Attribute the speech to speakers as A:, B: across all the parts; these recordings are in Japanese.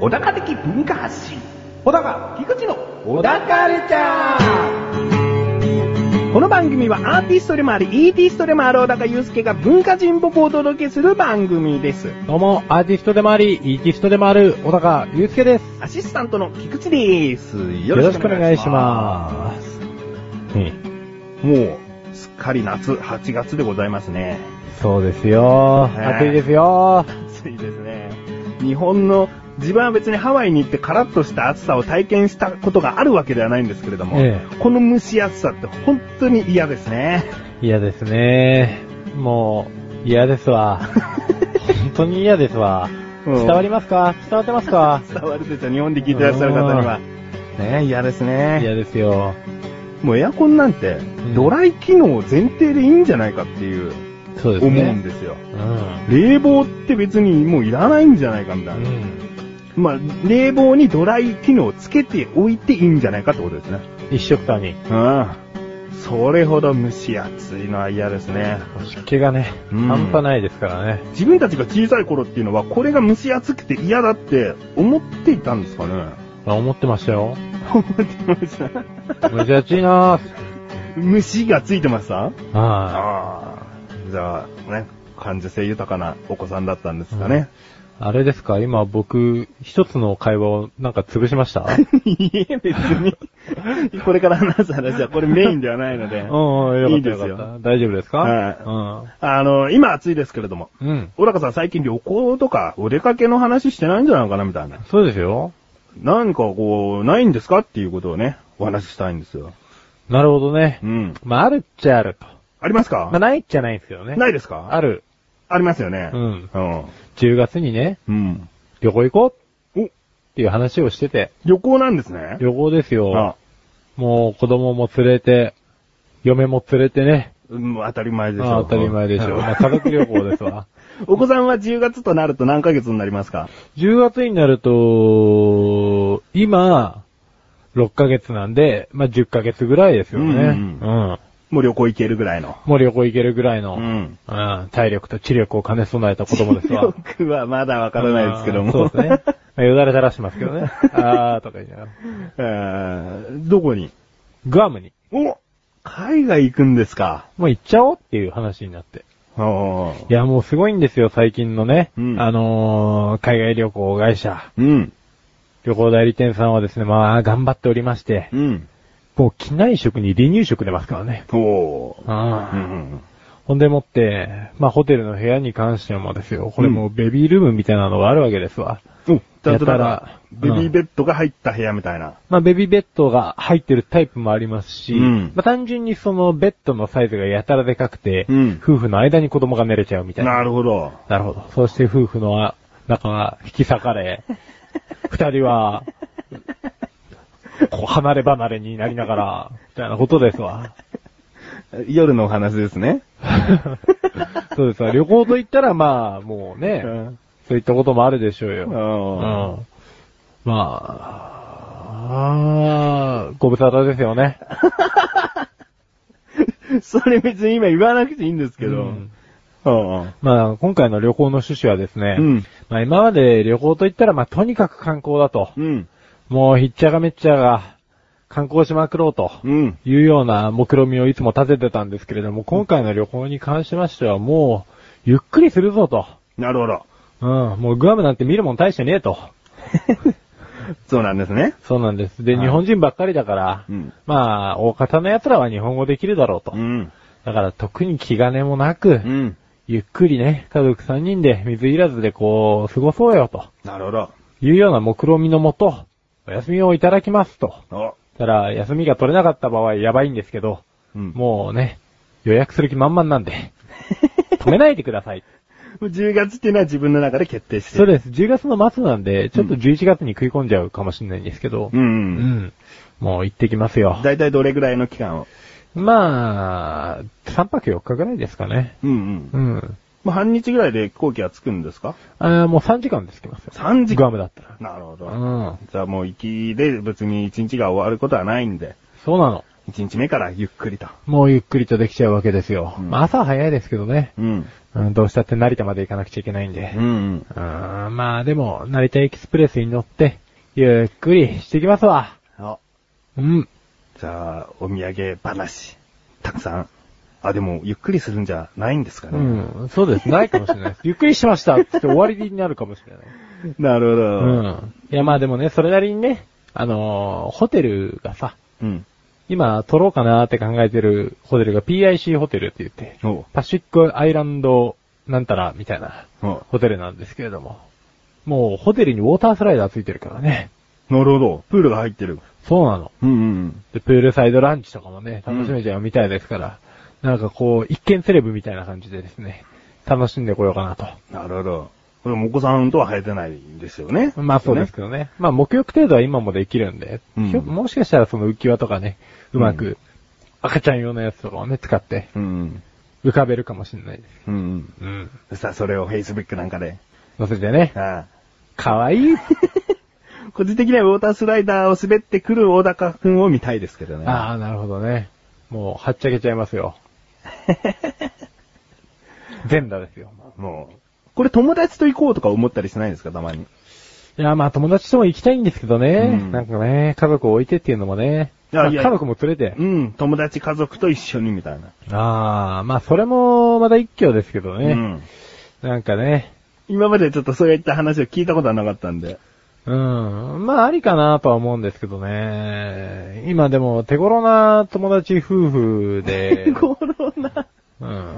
A: 小高的文化発信。小高、菊池の小高レチャー。この番組はアーティストでもあり、イーティストでもある小高祐介が文化人僕をお届けする番組です。
B: どうも、アーティストでもあり、イーティストでもある、小高祐介です。
A: アシスタントの菊池です。よ
B: よろしくお願いします。うん
A: す。もう、すっかり夏、8月でございますね。
B: そうですよ。
A: ね
B: 暑いですよ。
A: 暑いですね。日本の、自分は別にハワイに行ってカラッとした暑さを体験したことがあるわけではないんですけれども、
B: え
A: この蒸し暑さって本当に嫌ですね。
B: 嫌ですね。もう、嫌ですわ。本当に嫌ですわ。
A: うん
B: 伝わりますか伝わってますか
A: 伝わるでしょ、日本で聞いてらっしゃる方には。ね嫌ですね。
B: 嫌ですよ。
A: もうエアコンなんて、
B: ん
A: ドライ機能前提でいいんじゃないかっていう、
B: そうで
A: 思う
B: す
A: ん
B: ね。
A: ですよ。
B: うん。
A: 冷房って別にもういらないんじゃないかみた
B: う
A: いな。
B: ん。
A: まあ、冷房にドライ機能をつけておいていいんじゃないかってことですね。
B: 一色単に。
A: うん。それほど蒸し暑いのは嫌ですね。
B: 湿気がね、
A: うん
B: 半端ないですからね。
A: 自分たちが小さい頃っていうのは、これが蒸し暑くて嫌だって思っていたんですかね
B: あ思ってましたよ。
A: 思ってました。
B: 蒸し暑いなぁ。
A: 虫がついてました
B: はい
A: ああ。じゃあ、ね、感受性豊かなお子さんだったんですかね。
B: あれですか今僕、一つの会話をなんか潰しました
A: いいえ、別に。 これから話す話はこれメインではない ので。
B: うんうん、よか
A: いい
B: っ
A: で
B: たよ
A: すよ
B: かった。大丈夫ですか
A: はあの、今暑いですけれども。
B: うん。うん。
A: 小高さん最近旅行とかお出かけの話してないんじゃないかなみたいな。
B: そうですよ。
A: 何かこう、ないんですかっていうことをね、お話ししたいんですよ。
B: なるほどね
A: う。ん。
B: まあ、あるっちゃあると。
A: ありますか、
B: まあ、ないっちゃないんですけどね。。
A: ないいですか
B: ある。
A: ありますよね
B: う。ん。
A: うん。
B: 10月にね、
A: うん。
B: 旅行行こう
A: お
B: っていう話をしてて。
A: 旅行なんですね。
B: 旅行です
A: あ
B: よ。もう子供も連れて、嫁も連れてね。
A: うん、当たり前でしょ。
B: あ当たり前でしょ。
A: うん
B: まあ、家族旅行で すわ。
A: お子さんは10月となると何ヶ月になりますか
B: 10月になると、今、6ヶ月なんで、まあ、10ヶ月ぐらいですよね。
A: うんう
B: うん。
A: もう旅行行けるぐらいの。
B: もう旅行行けるぐらいの、
A: う
B: うん、
A: ん。
B: 体力と知力を兼ね備えた子供です わ。
A: よくはまだわからないですけども。
B: うんそうですね。まあよだれ垂らしますけどね。あーとか言いながら。
A: えーどこに
B: グアムに、
A: お海外行くんですか
B: もう行っちゃおうっていう話になって。
A: お
B: いや、もうすごいんですよ、最近のね。
A: うん
B: あのー、海外旅行会社、
A: うん。
B: 旅行代理店さんはですね、まあ、頑張っておりまして、
A: うん。
B: もう機内食に離乳食出ますからね。
A: おー。
B: あ
A: う
B: ー
A: ん。
B: ほんでもって、まあ、ホテルの部屋に関してもですよ、これもうベビールームみたいなのがあるわけですわ。
A: お、ちゃんとだか
B: やた
A: ら
B: ら、
A: ベビーベッドが入った部屋みたいな。
B: まあ、ベビーベッドが入ってるタイプもありますし、
A: うん
B: まあ、単純にそのベッドのサイズがやたらでかくて、
A: うん
B: 夫婦の間に子供が寝れちゃうみたいな。
A: なるほど。
B: なるほど。そうして夫婦の中は引き裂か れ、二人は、こう離れ離れになりながら、みたいなことです わ。
A: 夜のお話ですね。
B: そうですわ。旅行と言ったらまあ、もうね、
A: うん
B: そういったこともあるでしょうよ。う
A: あ
B: んまあ、ご無沙汰ですよね。
A: ーそれ別に今言わなくていいんですけど。
B: うん
A: うん
B: まあ、今回の旅行の趣旨はですね、
A: うん
B: まあ今まで旅行といったら、まあとにかく観光だと、
A: うん。
B: もうひっちゃがめっちゃが観光しまくろうと
A: うん。
B: いうような目論見みをいつも立ててたんですけれども、今回の旅行に関しましてはもう、ゆっくりするぞと。
A: なるほど。
B: うん、もうグアムなんて見るもん大してねえと。
A: そうなんですね。
B: そうなんです。で、
A: はい
B: 日本人ばっかりだから、
A: うん
B: まあ、大方の奴らは日本語できるだろうと。
A: うん。
B: だから特に気兼ねもなく、
A: うん。
B: ゆっくりね、家族3人で水いらずでこう、過ごそうよと。
A: なるほど。
B: いうような目論見みのもと、お休みをいただきますと。
A: お。
B: ただ、休みが取れなかった場合やばいんですけど、
A: うん
B: もうね、予約する気満々なんで、止めないでください。
A: 10月っていうのは自分の中で決定して
B: そう
A: る。
B: です。10月の末なんで、ちょっと11月に食い込んじゃうかもしれないんですけど、
A: う。
B: うんんもう行ってきますよ。
A: だいたいどれぐらいの期間を。
B: まあ、3泊4日ぐらいですかね。
A: うんうん。
B: うん。
A: まあ、半日ぐらいで飛行機は着くんですか
B: あーもう3時間ですきますよ。
A: ?3 時
B: グ
A: 間。
B: アムだったら。
A: なるほど。
B: うん。
A: じゃあもう行きで別に1日が終わることはないんで。
B: そうなの。
A: 1日目からゆっくりと。
B: もうゆっくりとできちゃうわけですよ。
A: うん
B: まあ朝は早いですけどね、
A: うん。
B: うん。どうしたって成田まで行かなくちゃいけないんで。
A: うんうん。
B: あーまあでも、成田エキスプレスに乗って、ゆっくりしてきますわ。
A: あ、
B: うん。
A: じゃあ、お土産話、たくさん。あ、でも、ゆっくりするんじゃないんですか
B: う
A: ね。
B: ん。そうです。ないかもしれない です。ゆっくりしましたって言って終わりになるかもしれない。
A: なるほ
B: う
A: ど。
B: ん。いやまあでもね、それなりにね、あのーホテルがさ、
A: うん。
B: 今、取ろうかなって考えてるホテルが PIC ホテルって言って、
A: おう
B: パシフィックアイランドなんたらみたいな
A: おう
B: ホテルなんですけれども、もうホテルにウォータースライダーついてるからね。
A: なるほど。プールが入ってる。
B: そうなの。
A: うんうん
B: で、プールサイドランチとかもね、楽しめちゃうみたいですから、なんかこう、一見セレブみたいな感じでですね、楽しんでこようかなと。
A: うん。なるほど。これもお子さんとは生えてないんですよね。
B: まあそうです
A: ね。
B: けどね。まあ目浴程度は今もできるんで、
A: うん
B: ひょもしかしたらその浮き輪とかね、うまく、
A: う
B: 赤ちゃん用のやつとかをね、使って
A: うん
B: 浮かべるかもしれないです。
A: うん。うん
B: うん。
A: うん。さあ、それを Facebook なんかで。
B: 乗せてね、
A: あ
B: かわいい。
A: あ個人的にはウォータースライダーを滑ってくる大高くんを見たいですけどね。
B: ああ、なるほどね。もう、はっちゃけちゃいま すよ。全裸ですよ。
A: もう。これ友達と行こうとか思ったりしないですか、たまに。
B: いや、まあ友達とも行きたいんですけどね。
A: うん
B: なんかね、家族を置いてっていうのもね。
A: いや
B: まあ
A: いや
B: 家族も連れて。
A: うん、友達、家族と一緒にみたいな。
B: ああ、まあそれもまだ一挙ですけど
A: う
B: ね。
A: ん。
B: なんかね。
A: 今までちょっとそういった話を聞いたことはなかったんで。
B: うん。まあありかなとは思うんですけどね。今でも手頃な友達夫婦で。
A: コロナ。
B: うん。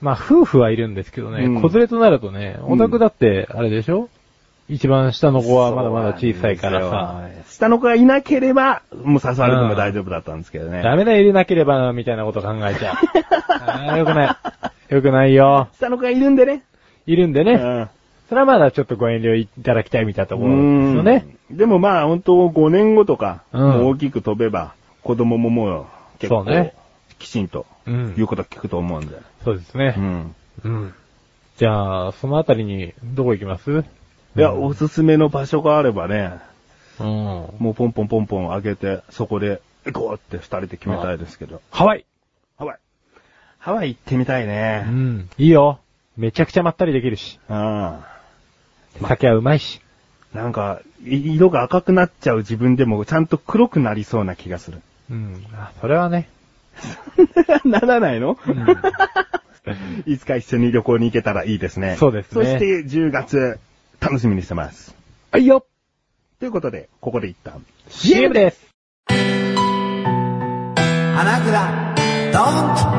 B: まあ夫婦はいるんですけどね。
A: うん
B: 子連れとなるとね、お宅だってあれでしょ、一番下の子はまだまだ小さいからさ。
A: そうなんですよ。下の子がいなければ、もう誘われても大丈夫だったんですけどね。
B: ダメだ、入れなければ、みたいなこと考え ちゃう。あーよくない。よくないよ。
A: 下の子がいるんでね。
B: いるんで
A: う
B: ね。
A: ん
B: それはまだちょっとご遠慮いただきたいみたいなところですよね。
A: うんでもまあ本当5年後とか、
B: うん
A: もう大きく飛べば、子供ももう結構、
B: そうね
A: きちんと
B: うん
A: 言うこと聞くと思うんで。
B: そうです
A: う
B: ね。
A: ん。
B: うん。じゃあ、そのあたりに、どこ行きます
A: いや、
B: うん
A: おすすめの場所があればね、
B: うん。
A: もうポンポンポンポン上げて、そこで行こうって二人で決めたいですけど。
B: ハワイ
A: ハワイ。ハワイ行ってみたいうね。
B: ん。いいよ。めちゃくちゃまったりできるし。
A: うん。
B: 酒はうまいし。
A: なんか、い色が赤くなっちゃう自分でも、ちゃんと黒くなりそうな気がする。
B: うん。あそれはね。
A: ならないの、
B: ん
A: いつか一緒に旅行に行けたらいいですね。
B: そうです
A: そ
B: ね
A: して10月、楽しみにしてます。
B: はいよ
A: ということで、ここで一旦。
B: !CM です
C: 穴倉ドン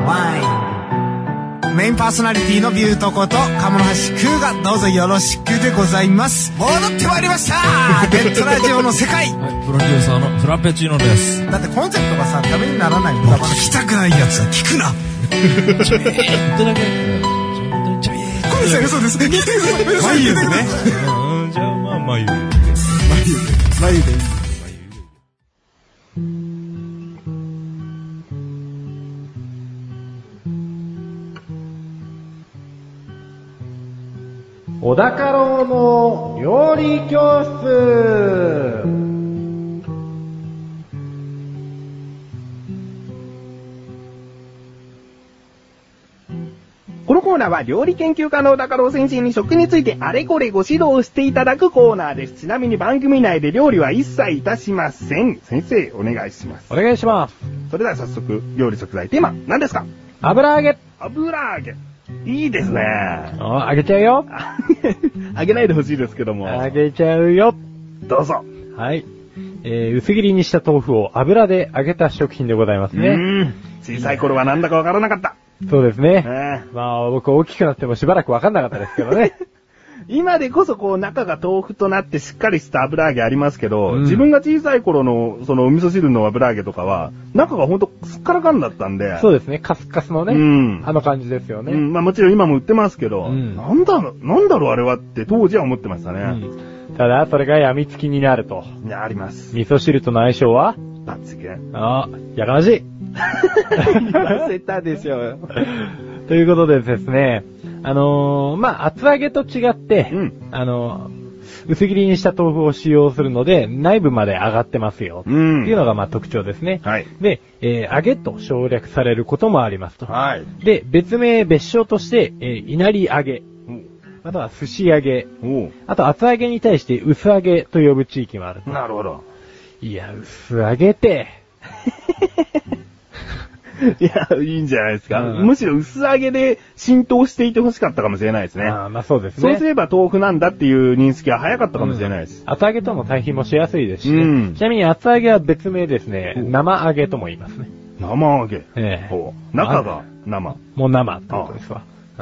C: ワインメインパーソナリティのビュートこと鴨の橋クーがどうぞよろしくでござい ます戻ってまいりましたネットラジオの世界
D: はい、プロデューサーのフラペチーノです。
C: だってコンセプトがさダメにならないもん聞きたくないやつは聞くな
D: 本当にね、本当にちょい
C: ごめんなさい嘘です聞いてください眉毛ね
D: うんじゃあまあまあ言う。
C: 眉毛
B: 小田家老の料理教室
A: このコーナーは料理研究家の高郎先生に食についてあれこれご指導していただくコーナーです。ちなみに番組内で料理は一切いたしません。先生、お願いします。
B: お願いします。
A: それでは早速、料理食材テーマ、何ですか
B: 油揚げ
A: 油揚げ。いいですね。
B: あ揚げちゃうよ
A: あ揚げないでほしいですけども。
B: 揚げちゃうよ
A: どうぞ。
B: はい。えー、薄切りにした豆腐を油で揚げた食品でございます
A: う
B: ね。
A: ーん。小さい頃はなんだかわからなかった。
B: そうですね。
A: ねえ
B: まあ、僕大きくなってもしばらくわかんなかったですけどね。
A: 今でこそこう中が豆腐となってしっかりした油揚げありますけど、
B: うん
A: 自分が小さい頃のそのお味噌汁の油揚げとかは、中がほんとすっからかんだったんで。
B: そう
A: う
B: ですね。カスカスのね、
A: うん
B: あの感じですよね。
A: ん、まあもちろん今も売ってますけど、
B: うん
A: なんだろ、なんだろうあれはって当時は思ってましたね。
B: うんただ、それが病みつきになると。
A: いやあります。
B: 味噌汁との相性は
A: バッチリ。
B: あやかましい。
A: 言わせたでしょ。
B: ということでですね、あのーまあ、厚揚げと違って、
A: うん
B: あのー薄切りにした豆腐を使用するので、内部まで上がってますよ。って
A: うん
B: いうのがまあ特徴ですね。
A: はい
B: で、えー揚げと省略されることもありますと。
A: はい。
B: で、別名、別称として、えー、いなり揚げ、または寿司揚げ、
A: おう
B: あと厚揚げに対して薄揚げと呼ぶ地域もある。
A: なるほど。
B: いや、薄揚げて、
A: いや、いいんじゃないですか。
B: うん
A: むしろ薄揚げで浸透していてほしかったかもしれないですね。
B: あーまあそうですね。
A: そうすれば豆腐なんだっていう認識は早かったかもしれないです。
B: 厚揚げとの対比もしやすいですしね、
A: うん
B: ちなみに厚揚げは別名ですね、
A: うん
B: 生揚げとも言いますね。
A: 生揚げ。
B: ええ
A: ほう中が生。
B: もう生ってことですわ。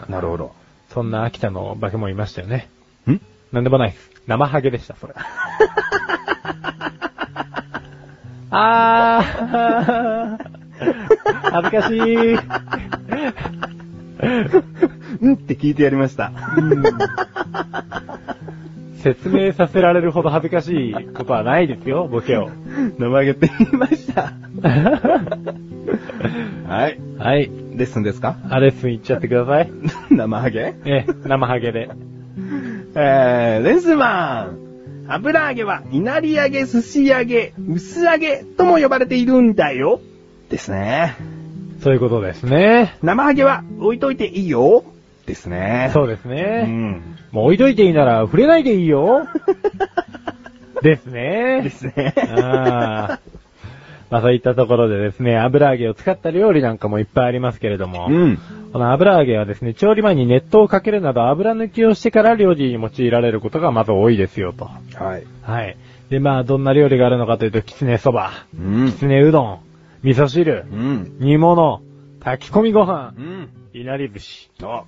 A: なるほど。
B: そんな秋田の化け物いましたよね。
A: ん
B: なんでもないです。生ハゲでした、それ。あー、恥ずかしい。
A: うんって聞いてやりました。
B: 説明させられるほど恥ずかしいことはないですよ、ボ ケを。
A: 生揚げって言いました。はい。
B: はい。
A: レッスンですか
B: アレッスン行っちゃってください。
A: 生揚げ
B: ええ、生ハゲで。
A: えー、レスマン。油揚げは、稲荷揚げ、寿司揚げ、薄揚げとも呼ばれているんだよ。ですね。
B: そういうことですね。
A: 生揚げは置いといていいよ。ですね。
B: そうですね。
A: うん。
B: もう置いといていいなら触れないでいいよ。 です
A: で
B: ね。
A: すね。
B: あーまあそういったところでですね、油揚げを使った料理なんかもいっぱいありますけれども、
A: うん。
B: この油揚げはですね、調理前に熱湯をかけるなど油抜きをしてから料理に用いられることがまず多いですよと。
A: はい。
B: はい。で、まあどんな料理があるのかというと、きつねそば、
A: うん
B: きつねうどん、味噌汁、
A: うん。
B: 煮物、炊き込みご飯
A: う、ん。
B: いなり寿司、
A: あ。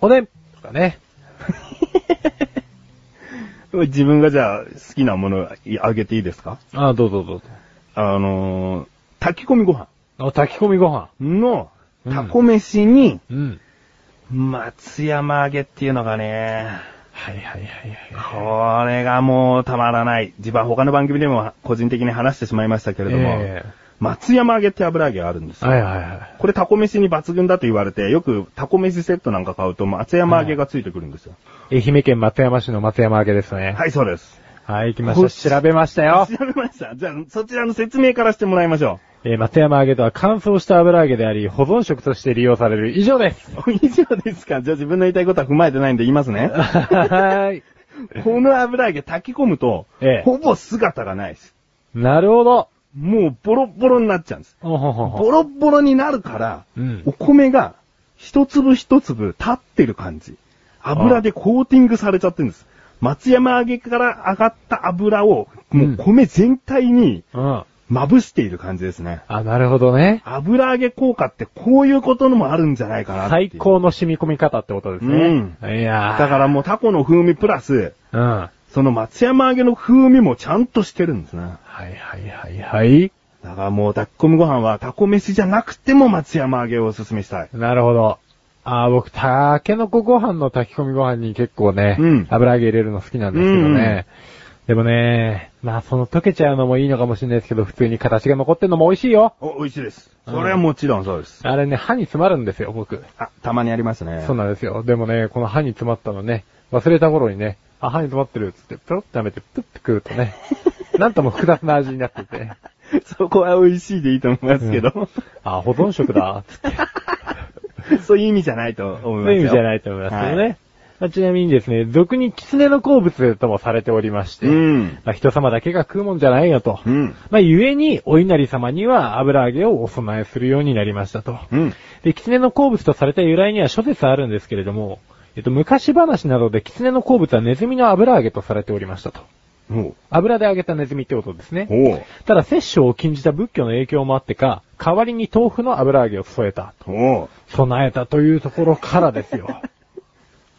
B: おでんとかね。
A: 自分がじゃあ好きなものあげていいですか
B: ああ、どうぞどうぞ。
A: あのー、炊き込みご飯
B: お炊き込みご飯。
A: の、
B: うん
A: タコ飯に、
B: うん。
A: 松山揚げっていうのがね、
B: はいはいはいはい。
A: これがもうたまらない。自分は他の番組でも個人的に話してしまいましたけれども、
B: え
A: 松山揚げって油揚げがあるんですよ。
B: はいはいはい。
A: これタコ飯に抜群だと言われて、よくタコ飯セットなんか買うと松山揚げがついてくるんですよ。
B: 愛媛県松山市の松山揚げですね。
A: はい、そうです。
B: はい、行きました。調べましたよ。
A: 調べました。じゃあ、そちらの説明からしてもらいましょ
B: えー松山揚げとは乾燥した油揚げであり、保存食として利用される以上です。
A: う。 以上ですか。じゃあ自分の言いたいことは踏まえてないんで言いますね。
B: はい。
A: この油揚げ炊き込むと、
B: ええ
A: ほぼ姿がないです。
B: なるほど。
A: もうボロボロになっちゃうんです。
B: ほほほ
A: ボロボロになるから、
B: うん
A: お米が一粒一粒立ってる感じ。油でコーティングされちゃってるんです。松山揚げから上がった油を、もう米全体に
B: うん。
A: まぶしている感じですね。
B: あ、なるほどね。
A: 油揚げ効果ってこういうことのもあるんじゃないかなってい
B: 最
A: う。
B: 高の染み込み方ってことですね。
A: うん
B: いやー
A: だからもうタコの風味プラス、
B: うん。は
A: その松山揚げの風味もちゃんとしてるんですね。
B: いはいはいはい。
A: だからもう炊き込みご飯はタコ飯じゃなくても松山揚げをおすすめしたい。
B: なるほど。あー僕、たけのこご飯の炊き込みご飯に結構ね、
A: うん
B: 油揚げ入れるの好きなんですけどね。でもね、まあその溶けちゃうのもいいのかもしれないですけど、普通に形が残ってるのも美味しいよ。
A: お、美味しいです。それはもちろんそうです。
B: あれね、歯に詰まるんですよ、僕。
A: あ、たまにありますね。
B: そうなんですよ。でもね、この歯に詰まったのね、忘れた頃にね、あ、歯に詰まってるっつって、ペロッと舐めて、プッて食う とね、なんとも複雑な味になってて、
A: そこは美味しいでいいと思いますけど、
B: あ、保存食だ、つって。
A: そういう意味じゃないと思いますよ。
B: そういう意味じゃないと思いますけどね。
A: はい
B: まあちなみにですね、俗に狐の好物ともされておりまして、
A: うん。
B: まあ、人様だけが食うもんじゃないよと。
A: うん。
B: まあ、ゆえに、お稲荷様には油揚げをお供えするようになりましたと。
A: うん。
B: で、狐の好物とされた由来には諸説あるんですけれども、えっと、昔話などで狐の好物はネズミの油揚げとされておりましたと。
A: ほ
B: 油で揚げたネズミってことです
A: う。
B: ね。
A: ほう。
B: ただ、摂取を禁じた仏教の影響もあってか、代わりに豆腐の油揚げを添えた。
A: ほ
B: 備えたというところからです よ。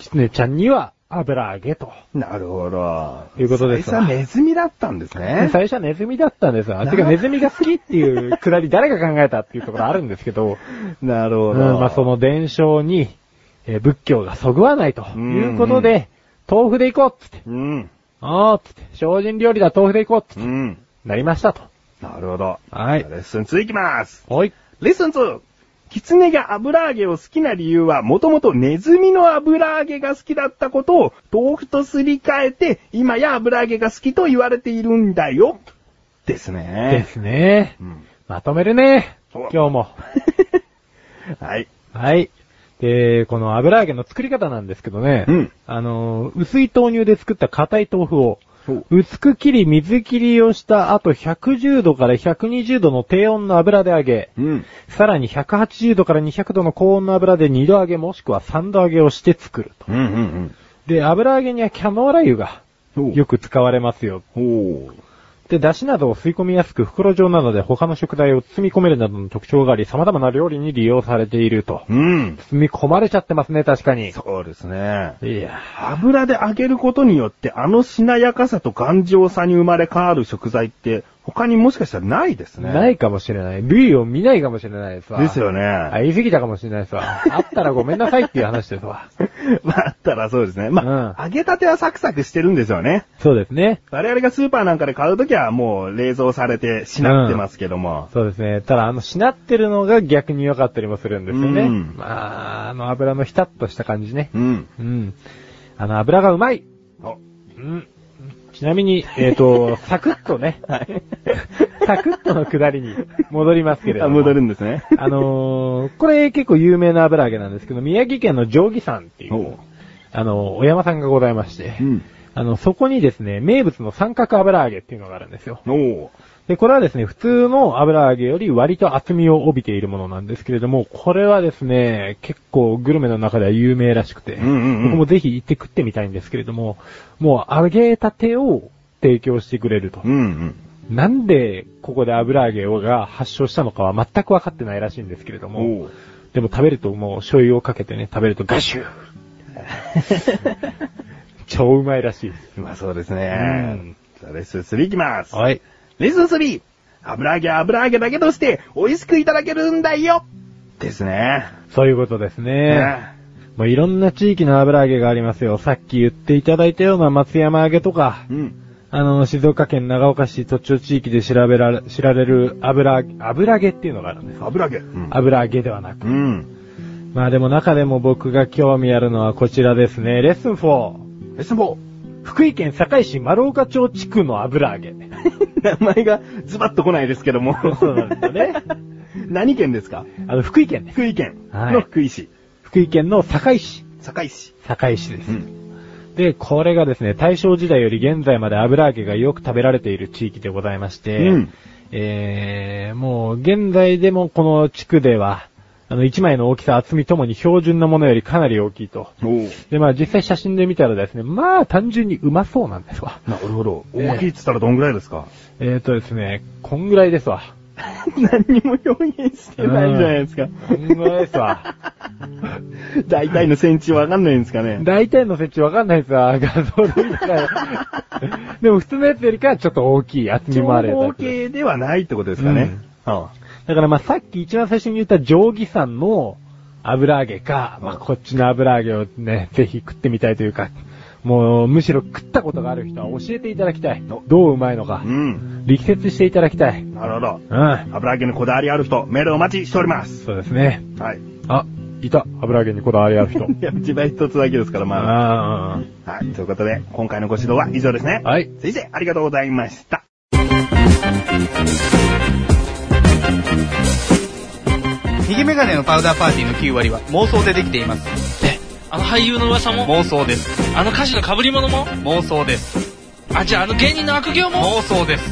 B: 狐ちゃんには油揚げと。
A: う。なるほど。
B: いうことですわ
A: 最初はネズミだったんですね。
B: 最初はネズミだったんですよ。
A: な
B: てかネズミが好きっていうくだり誰が考えたっていうところあるんですけど、
A: なる
B: う
A: ほ
B: ん、
A: ど。
B: まあその伝承に、えー仏教がそぐわないということで、豆腐で行こうっつって、
A: うん。
B: あーっつって、精進料理だ豆腐で行こうっつって、
A: うん。
B: なりましたと。
A: なるほど。
B: はい
A: じゃあレッスン2いきます。
B: はい。
A: レッスン 2! キツネが油揚げを好きな理由は、もともとネズミの油揚げが好きだったことを、豆腐とすり替えて、今や油揚げが好きと言われているんだよ。です
B: で
A: ね。
B: すね。
A: うん
B: まとめるね。
A: そう
B: 今日も。
A: はい。
B: はい。で、この油揚げの作り方なんですけどね。
A: うん
B: あの、薄い豆乳で作った硬い豆腐を
A: そう、
B: 薄く切り水切りをした後110度から120度の低温の油で揚げ、
A: うん。
B: さらに180度から200度の高温の油で2度揚げもしくは3度揚げをして作ると。
A: うんうん
B: で、油揚げにはキャノーラ油が
A: うん。
B: よ
A: く。
B: く使われますよ。
A: ほう。
B: で、出汁などを吸い込みやすく袋状なので他の食材を包み込めるなどの特徴があり様々な料理に利用されていると。
A: うん。
B: 包み込まれちゃってますね、確かに。
A: そうですね。
B: いや
A: 油で揚げることによって、あのしなやかさと頑丈さに生まれ変わる食材って、他にもしかしたらないですね。
B: ないかもしれない。類を見ないかもしれないですわ。
A: ですよね。
B: あ、言い過ぎたかもしれないですわ。あったらごめんなさいっていう話です わ。
A: まあ、あったらそうですね。まあ、揚げたてはサクサクしてるんですよね。
B: そうですね。
A: 我々がスーパーなんかで買うときはもう冷蔵されてしなってますけども。
B: そうですね。ただ、あの、しなってるのが逆に良かったりもするんですよね。
A: うん
B: まあ、あの油のひたっとした感じね。
A: うん。
B: うん。あの油がうまい
A: お
B: うん。ちなみに、えっ、 と、サクッとね。サクッとの下りに戻りますけれど
A: あ
B: も。
A: 戻るんです ね。
B: あのーこれ結構有名な油揚げなんですけど、宮城県の定義山ってい
A: お
B: う、あの、お山さんがございまして、
A: うん。
B: あの、そこにですね、名物の三角油揚げっていうのがあるんですよ。
A: お
B: で、これはですね、普通の油揚げより割と厚みを帯びているものなんですけれども、これはですね、結構グルメの中では有名らしくて、
A: うんうんうん
B: 僕もぜひ行って食ってみたいんですけれども、もう揚げたてを提供してくれると。
A: うんうん。
B: なんで、ここで油揚げをが発祥したのかは全く分かってないらしいんですけれども、
A: おう
B: でも食べるともう醤油をかけてね、食べると ガシュー超うまいらしいです。
A: まあそうです
B: うん
A: ね。じゃあレッスン3いきます。
B: はい。
A: レッスン 3! 油揚げは油揚げだけとして美味しくいただけるんだよですね。
B: そういうことですね。もういろんな地域の油揚げがありますよ。さっき言っていただいたような松山揚げとか、
A: うん。
B: あの、静岡県長岡市都庁地域で調べられ、知られる油揚げ、油揚げっていうのがあるんです。
A: 油揚げ。うん。
B: 油揚げではな
A: う
B: く。
A: ん。
B: まあでも中でも僕が興味あるのはこちらですね。レッスン 4!
A: レッスン 4!
B: 福井県堺市丸岡町地区の油揚 げ。
A: 名前がズバッと来ないですけども。
B: そうなんですよね。
A: 何県ですか
B: あの、福井県ね。
A: 福井県
B: はい
A: の福井市、
B: 福井県の堺市。
A: 堺市。
B: 堺市です。
A: ん。
B: で、これがですね、大正時代より現在まで油揚げがよく食べられている地域でございまして、
A: うん
B: えー、もう現在でもこの地区では、あの、1枚の大きさ、厚みともに標準のものよりかなり大きいと。
A: おう
B: で、まあ実際写真で見たらですね、まあ単純にうまそうなんですわ。
A: なるほど。
B: ええ
A: 大きいって言ったらどんぐらいですか、
B: えーとですね、こんぐらいですわ。
A: 何にも表現してないじゃないですか。
B: こんぐらいです わ。
A: 大体のセンチわかんないんですか ね。
B: 大体の設置わかんないですわ、画像で見たら。でも普通のやつよりかはちょっと大きい、厚みもあるやつ
A: 長方形ではないってことですかね。あ
B: だからまあさっき一番最初に言った定規山の油揚げか、まあこっちの油揚げをね、ぜひ食ってみたいというか、もうむしろ食ったことがある人は教えていただきたい。どううまいのか
A: う。ん。
B: 力説していただきたい。
A: なるほど。
B: うん。
A: 油揚げのこだわりある人、メールお待ちしております。
B: そうですね。
A: はい。
B: あ、いた。油揚げにこだわりある人。
A: いや、一番一つだけですから、まあ。
B: あ
A: はい。ということで、今回のご指導は以上ですね
B: あ。。はい。
A: 先生、ありがとうございました。
E: ヒゲメガネのパウダーパーティーの9割は妄想でできています。
D: え、あの俳優の噂も、
E: 妄想です。
D: あの歌手の被り物も、
E: 妄想です。
D: あ、じゃああの芸人の悪行も、
E: 妄想です。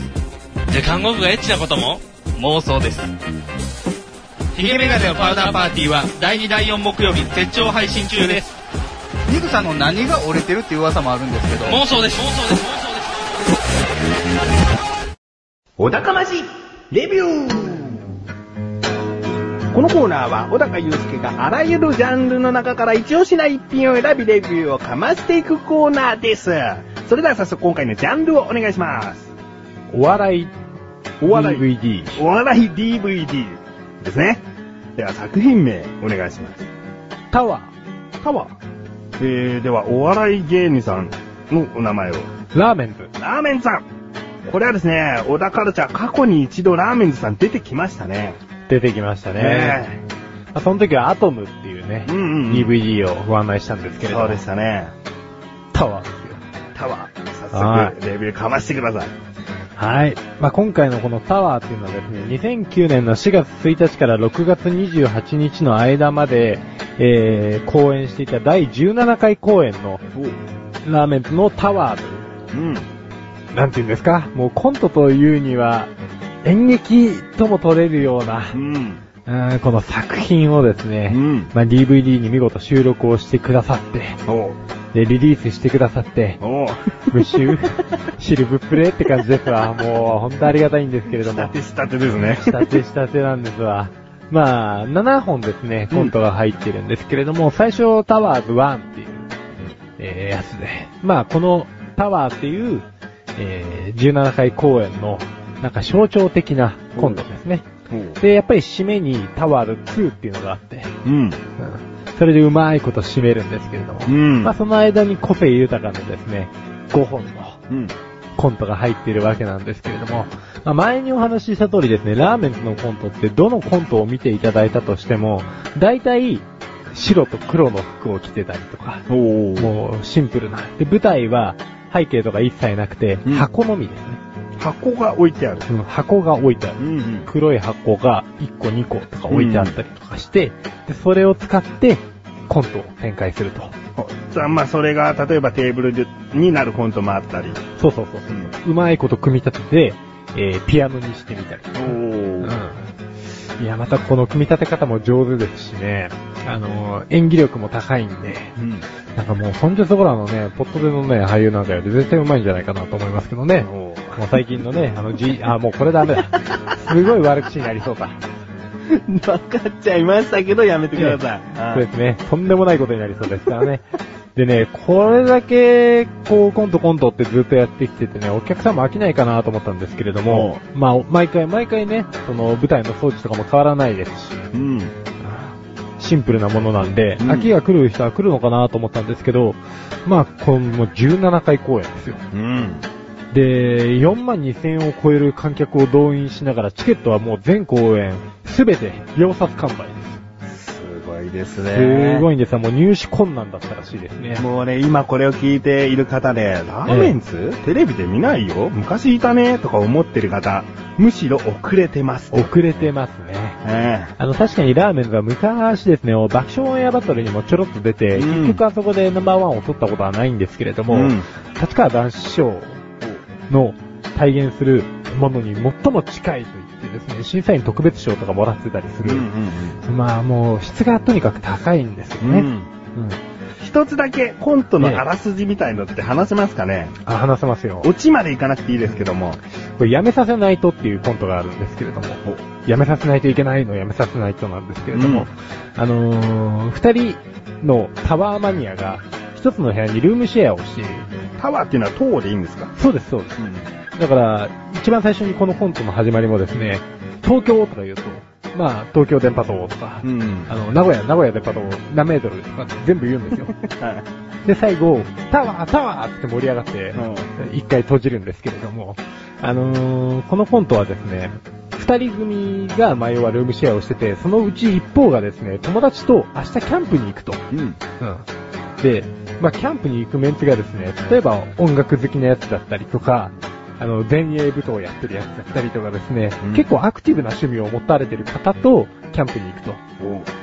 D: じゃあ看護婦がエッチなことも、
E: 妄想です。ヒゲメガネのパウダーパーティーは第2第4木曜日絶頂配信中です。ニグさんの何が折れてるっていう噂もあるんですけど。
D: 妄想です。妄想です。妄想です。
A: お高ましレビューこのコーナーは小高祐介があらゆるジャンルの中から一押しな一品を選びレビューをかましていくコーナーです。それでは早速今回のジャンルをお願いします。
B: お笑い。
A: お笑い
B: DVD。
A: お笑い DVD ですね。では作品名お願いします。
B: タワ
A: タワー。えー、ではお笑い芸人さんのお名前を。
B: ー。ラーメンズ。
A: ラーメンズさん。これはですね、小田カルチャー過去に一度ラーメンズさん出てきましたね。
B: 出てきましたね。
A: え
B: あその時はアトムっていうね、
E: うんうんうん
B: DVD をご案内したんですけれども。
E: そうでしたね。
B: タワーですよ。
E: タワー。
B: は
E: 早速、レビューかましてください。
B: はい。まあ、今回のこのタワーっていうのはですね、2009年の4月1日から6月28日の間まで、えー、公演していた第17回公演のラーメンズのタワーという
E: うん。
B: なんていうんですか、もうコントというには、演劇とも取れるような
E: う、ん。
B: うんこの作品をです
E: う
B: ね、
E: ん。
B: まあ、DVD に見事収録をしてくださって、
E: おう。
B: で、リリースしてくださ って、
E: おう。
B: 無臭、シルブプレイって感じですわ。もう、本当ありがたいんですけれど
E: だ
B: も
E: っ。てしたてですね。
B: 仕立て仕立てなんですわ。まあ、7本ですね、コントが入ってるんですけれども、最初、タワーズ1っていう、えーやつで。まあ、このタワーっていう、えー17回公演の、なんか象徴的なコントですね。で、やっぱり締めにタワーズ2っていうのがあって、
E: うん。
B: うんそれでうまいこと締めるんですけれども、
E: うん
B: まあ、その間に個性豊かなですね、5本の、
E: うん。
B: コントが入っているわけなんですけれども、まあ、前にお話しした通りですね、ラーメンズのコントってどのコントを見ていただいたとしても、大体白と黒の服を着てたりとか、
E: おう。
B: もうシンプルな。で、舞台は背景とか一切なくて、
E: うん
B: 箱のみですね、
E: 箱が置いてある。
B: うん箱が置いてある。
E: ん
B: 黒い箱が1個2個とか置いてあったりとかして、で、それを使ってコントを展開すると。
E: じゃあまあそれが、例えばテーブルでになるコントもあったり。
B: そうそうそう。うまいこと組み立てて、えーピアノにしてみたりとか
E: おう。
B: うんいや、またこの組み立て方も上手ですしね、あの、演技力も高いんで、
E: うん。
B: なんかもう、本日そこらのね、ポットでのね、俳優なんかより絶対上手いんじゃないかなと思いますけどね。
E: おう。
B: もう最近のね、あの、G、あ、もうこれダメだ。すごい悪口になりそうだ。
E: わかっちゃいましたけど、やめてください。
B: そうですね。とんでもないことになりそうですからね。でね、これだけ、こう、コントコントってずっとやってきててね、お客さんも飽きないかなと思ったんですけれども、まあ、毎回毎回ね、その、舞台の装置とかも変わらないですし、
E: うん。
B: シンプルなものなんで、
E: うん
B: 秋が来る人は来るのかなと思ったんですけど、まあ、この17回公演ですよ。
E: うん。
B: で、4万2000を超える観客を動員しながら、チケットはもう全公演、すべて秒殺完売です。
E: すごいです
B: すご
E: い。
B: いんですよ。もう入手困難だったらしいですね。
E: もうね、今これを聞いている方で、ラーメンズ、テレビで見ないよ昔いたねとか思ってる方、むしろ遅れてます。
B: 遅れてますね。
E: え
B: あの、確かにラーメンズは昔ですね、爆笑オンエアバトルにもちょろっと出て、
E: うん
B: 結局あそこでナンバーワンを取ったことはないんですけれど
E: え。
B: も、立川談志師匠の体現するものに最も近いと言ってですね、審査員特別賞とかもらってたりす
E: うんう
B: る。
E: ん
B: まあもう質がとにかく高いんですよ
E: うん。う
B: ね。
E: ん。
B: うん
E: 一つだけコントのあらすじみたいのって話せますかね
B: あ話せますよ。
E: オチまでいかなくていいですけども。
B: これやめさせないとっていうコントがあるんですけれども、やめさせないといけないのやめさせないとなんですけれども、
E: うん
B: あのー、二人のタワーマニアが一つの部屋にルームシェアをしている。
E: タワーっていうのは塔でいいんですか
B: そうです、そうです。
E: うん。
B: だから、一番最初にこのコントの始まりもですね、東京とか言うと、まあ、東京電波塔とか、
E: うん。
B: あの、名古屋、名古屋電波塔何メートルとかって全部言うんですよ。
E: はい。
B: で、最後、タワー、タワーって盛り上がって
E: うん、
B: 一回閉じるんですけれども、あのーこのコントはですね、二人組が、まあ、要はルームシェアをしてて、そのうち一方がですね、友達と明日キャンプに行くと。
E: うん。
B: で、まあ、キャンプに行くメンツがですね、例えば音楽好きなやつだったりとか、あの、前衛舞踏をやってるやつだったりとかですね、
E: うん
B: 結構アクティブな趣味を持たれてる方と、キャンプに行くと。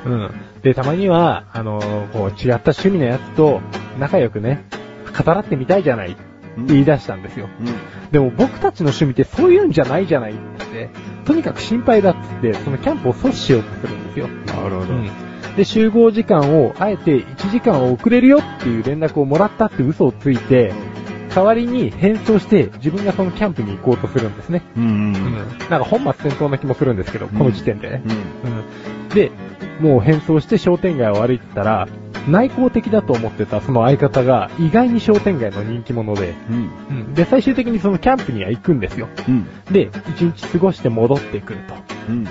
E: おう
B: うん。で、たまには、あのーこう、違った趣味のやつと、仲良くね、語らってみたいじゃないって言い出したんですよ。
E: うん。
B: でも僕たちの趣味ってそういうんじゃないじゃないって言って、とにかく心配だって言って、そのキャンプを阻止しようとするんですよ。
E: なるほど。
B: で、集合時間を、あえて1時間遅れるよっていう連絡をもらったって嘘をついて、代わりに変装して自分がそのキャンプに行こうとするんですね。
E: うん。う。
B: うんん。なんか本末転倒な気もするんですけど、この時点でね。
E: うん。
B: うんで、もう変装して商店街を歩いてたら、内向的だと思ってたその相方が意外に商店街の人気者で、
E: うん。
B: うんで、最終的にそのキャンプには行くんですよ。
E: うん。
B: で、一日過ごして戻ってくると。
E: うん。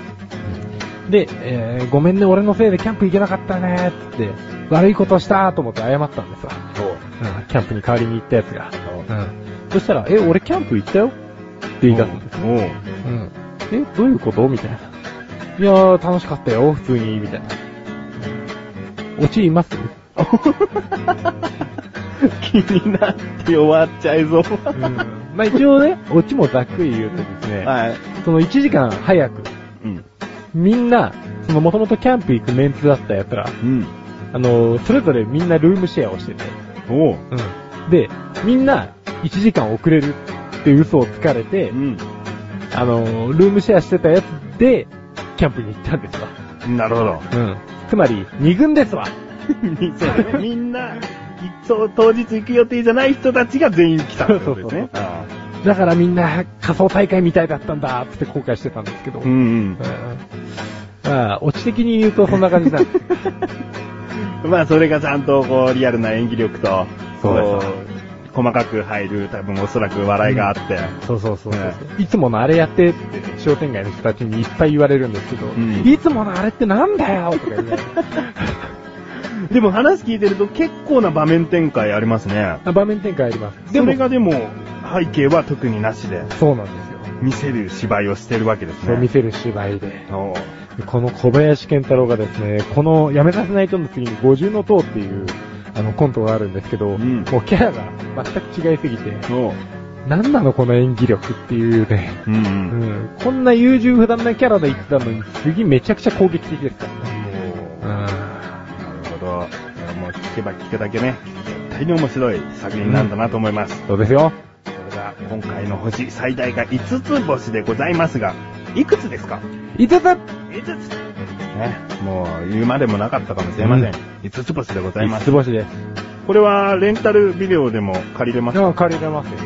B: で、えーごめんね、俺のせいでキャンプ行けなかったね、つって、悪いことしたと思って謝ったんですわ。うんキャンプに代わりに行ったやつが。うんそしたら、え、俺キャンプ行ったよって言い出すんですよ。
E: おう。
B: うん。え、どういうことみたいな。いやー、楽しかったよ、普通に、みたいな。落ちます
A: 気になって終わっちゃいそう。
B: うん。まあ一応ね、落ちもざっくり言うとですね、
A: はい。
B: その1時間早く、
A: うん。
B: みんな、その元々キャンプ行くメンツだったやつら、
A: うん。
B: あの、それぞれみんなルームシェアをしてて、
A: おう。
B: うん。で、みんな1時間遅れるって嘘をつかれて
A: う、ん。
B: あの、ルームシェアしてたやつで、キャンプに行ったんですわ。
A: なるほど。
B: うん。つまり、2軍ですわ。
A: みんな、そう当日行く予定じゃない人たちが全員来たってことですね。あ
B: だからみんな仮想大会みたいだったんだ、つって後悔してたんですけど。
A: あうん
B: うんまあ、オチ的に言うとそんな感じなんです
A: うん。まあ、それがちゃんと、こう、リアルな演技力と、
B: そうです
A: こう細かく入る、多分おそらく笑いがあって。
B: そうそうそうそう
A: ね
B: いつものあれやってって商店街の人たちにいっぱい言われるんですけど、
A: ん
B: いつものあれってなんだよとか言 うね
A: でも話聞いてると結構な場面展開ありますね。
B: あ場面展開あります。
A: で
B: で
A: も、そ
B: も
A: れ、がでも、背景は特になしで、
B: そうなんですよ。
A: 見せる芝居をしてるわけです
B: そう見
A: ね。
B: せる芝居で。
A: おう
B: この小林健太郎がですね、このやめさせないとの次に五重の塔っていう、あの、コントがあるんですけど、
A: ん
B: もうキャラが全く違いすぎて、
A: おう
B: なんなのこの演技力っていうね。
A: うんう。
B: うんん、こんな優柔不断なキャラで言ってたのに、次めちゃくちゃ攻撃的ですからね。
A: なるほど。いやもう聞けば聞くだけね、絶対に面白い作品なんだなと思います。
B: うん、そうですよ。
A: それが今回の星最大が5つ星でございますが、いくつですか ?5
B: 5
A: つね、もう言うまでもなかったかもしれません。
B: うん
A: 5つ星でご
B: つ
A: ざいま
B: 五
A: す
B: つ。星です。
A: これはレンタルビデオでも借りれます。
B: あ借りれますよ。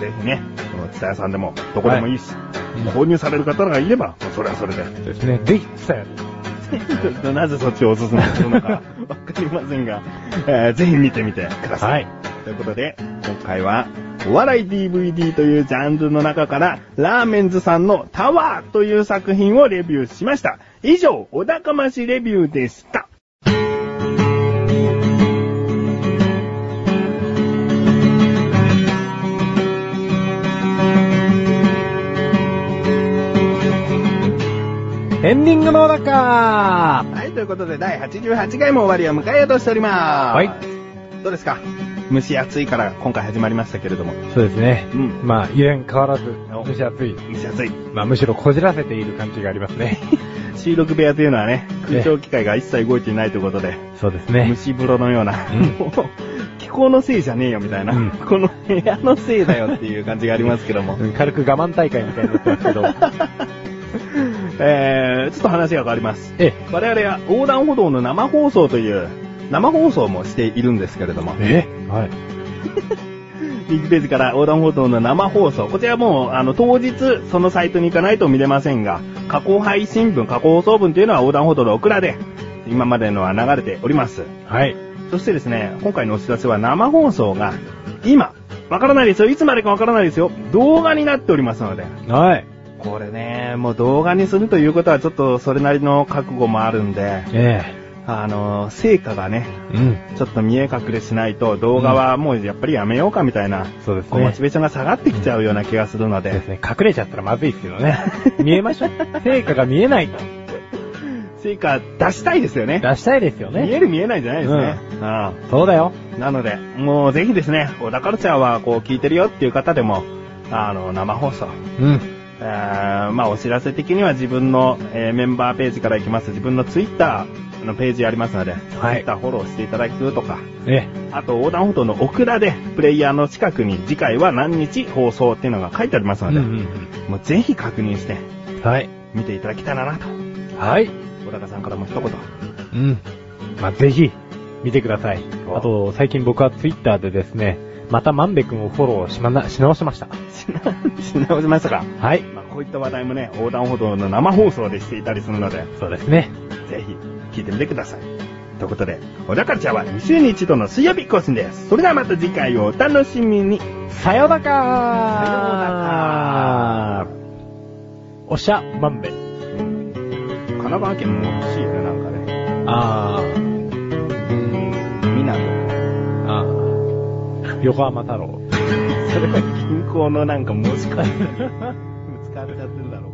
A: ぜひね、この蔦屋さんでも、どこでもいいし、購入される方がいれば、もうそれはそれで。
B: ですね。ぜひ、さよ。
A: なぜそっちをおすすめするのかわかりませんが、えーぜひ見てみてください。ということで、今回は、お笑い DVD というジャンルの中から、ラーメンズさんのタワーという作品をレビューしました。以上、おだかましレビューでした。
B: エンディングの中
A: はい、ということで、第88回も終わりを迎えようとしております。
B: はい。
A: どうですか蒸し暑いから今回始まりましたけれども。
B: そうですね。
A: うん。
B: まあ、依然変わらず、
A: お
B: 蒸し暑い。
A: 蒸し暑い。
B: まあ、むしろこじらせている感じがありますね。
A: 収録部屋というのはね、空調機械が一切動いていないということで、
B: そうですね
A: 蒸。し風呂のような、
B: うん
A: もう 気候のせいじゃねえよみたいな、
B: うん
A: この部屋のせいだよっていう感じがありますけども、
B: うん軽く我慢大会みたいになってますけど。
A: えー、ちょっと話が変わります。
B: え
A: 我々は横断歩道の生放送という、生放送もしているんですけれども、
B: え、はい。
A: ビッグページから横断歩道の生放送、こちらもう、あの、当日、そのサイトに行かないと見れませんが、加工配信分、加工放送分というのは横断歩道のオクラで、今までのは流れております。
B: はい。
A: そしてですね、今回のお知らせは生放送が、今、わからないですよ。いつまでかわからないですよ。動画になっておりますので。
B: はい。
A: これね、もう動画にするということはちょっとそれなりの覚悟もあるんで、
B: え
A: あの、成果がね、
B: え。うん。
A: ちょっと見え隠れしないと動画はもうやっぱりやめようかみたいな、
B: そうです
A: こうモチ
B: ね。
A: ベーションが下がってきちゃうような気がするので、
B: ですね。隠れちゃったらまずいですけど ね。見えましょう。成果が見えないと。
A: 成果出したいですよね。
B: 出したいですよ
A: 見え
B: ね。
A: る見えないじゃないですね。ああ
B: そうだよ。
A: なので、もうぜひですね、小田カルチャーはこう聞いてるよっていう方でも、あの、生放送、
B: うん。
A: えーまあお知らせ的には自分の、えーメンバーページから行きます。自分のツイッターのページありますので、
B: はい
A: ツイッターフォローしていただくとか、
B: え
A: あと横断歩道のオクラで、プレイヤーの近くに次回は何日放送っていうのが書いてあります
B: え。
A: ので、もうぜひ確認して
B: うん。はい。
A: 見ていただきたいなと。
B: はい。
A: 小高さんからも一言。
B: うん。まあ、ぜひ、見てください。あと、最近僕はツイッターでですね、また万べくんをフォローしまな、し直しました。
A: しな、し直しましたか
B: はい。
A: まあこういった話題もね、横断歩道の生放送でしていたりするので、
B: そうですね。
A: ぜひ聞いてみてください。ということで、小田カルチャーは2週に1度の水曜日更新です。それではまた次回をお楽しみに。
B: さよなか
A: さよ
B: なおしゃ、万べ。
A: 神奈川県も欲しいね、なんかね。
B: あー、
A: みなと。
B: あー。横浜太郎。
A: それは銀行のなんかもしかして、ぶつかっちゃってるだろう。